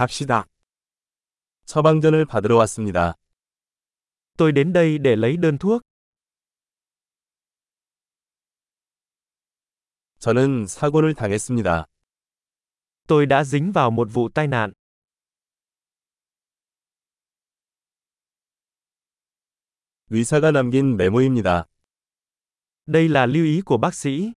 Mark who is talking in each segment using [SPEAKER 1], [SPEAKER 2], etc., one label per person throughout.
[SPEAKER 1] 갑시다. 처방전을 받으러 왔습니다.
[SPEAKER 2] Tôi đến đây để lấy đơn thuốc.
[SPEAKER 1] 저는 사고를 당했습니다.
[SPEAKER 2] Tôi đã dính vào một vụ tai nạn.
[SPEAKER 1] 의사가 남긴 메모입니다.
[SPEAKER 2] Đây là lưu ý của bác sĩ.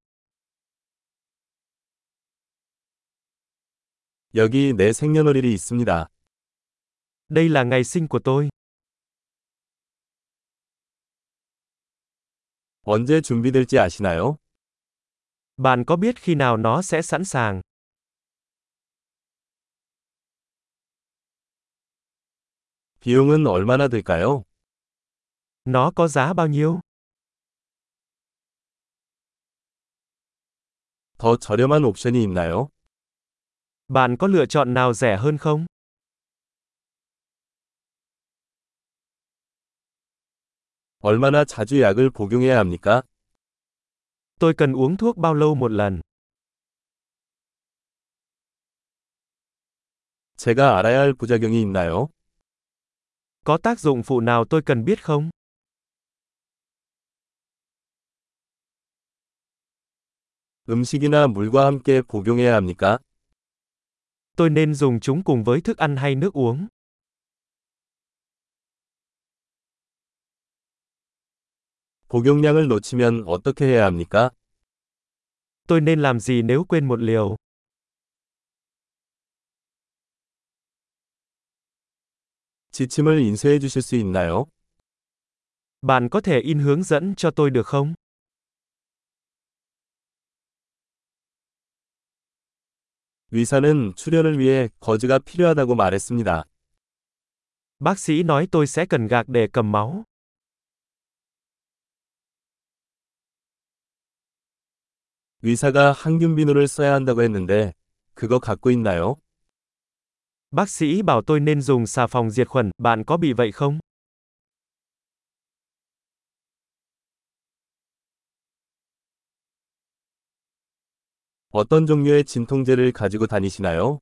[SPEAKER 1] 여기 내 생년월일이 있습니다.
[SPEAKER 2] Đây là ngày sinh của tôi.
[SPEAKER 1] 언제 준비될지 아시나요?
[SPEAKER 2] Bạn có biết khi nào nó sẽ sẵn sàng?
[SPEAKER 1] 비용은 얼마나 들까요?
[SPEAKER 2] Nó có giá bao nhiêu?
[SPEAKER 1] 더 저렴한 옵션이 있나요?
[SPEAKER 2] Bạn có lựa chọn nào rẻ hơn không?
[SPEAKER 1] 얼마나 자주 약을 복용해야 합니까?
[SPEAKER 2] Tôi cần uống thuốc bao lâu một lần?
[SPEAKER 1] 제가 알아야 할 부작용이 있나요?
[SPEAKER 2] Có tác dụng phụ nào tôi cần biết không?
[SPEAKER 1] 음식이나 물과 함께 복용해야 합니까?
[SPEAKER 2] Tôi nên dùng chúng cùng với thức ăn hay nước uống?
[SPEAKER 1] 복용량을 놓치면 어떻게 해야 합니까?
[SPEAKER 2] Tôi nên làm gì nếu quên một liều?
[SPEAKER 1] 지침을 인쇄해 주실 수 있나요?
[SPEAKER 2] Bạn có thể in hướng dẫn cho tôi được không?
[SPEAKER 1] 의사는 출혈을 위해 거즈가 필요하다고 말했습니다.
[SPEAKER 2] Bác sĩ nói tôi sẽ cần gạc để cầm máu.
[SPEAKER 1] 의사가 항균 비누를 써야 한다고 했는데 그거 갖고 있나요?
[SPEAKER 2] Bác sĩ bảo tôi nên dùng xà phòng diệt khuẩn, bạn có bị vậy không?
[SPEAKER 1] 어떤 종류의 진통제를 가지고 다니시나요?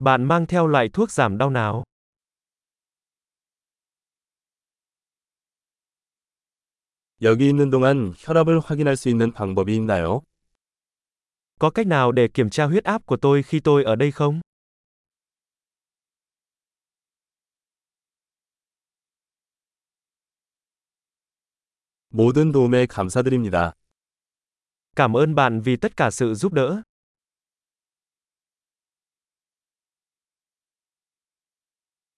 [SPEAKER 2] Bạn mang theo loại thuốc giảm đau nào?
[SPEAKER 1] 여기 있는 동안 혈압을 확인할 수 있는 방법이 있나요?
[SPEAKER 2] Có cách nào để kiểm tra huyết áp của tôi khi tôi ở đây không?
[SPEAKER 1] 모든 도움에 감사드립니다.
[SPEAKER 2] Cảm ơn bạn vì tất cả sự giúp đỡ.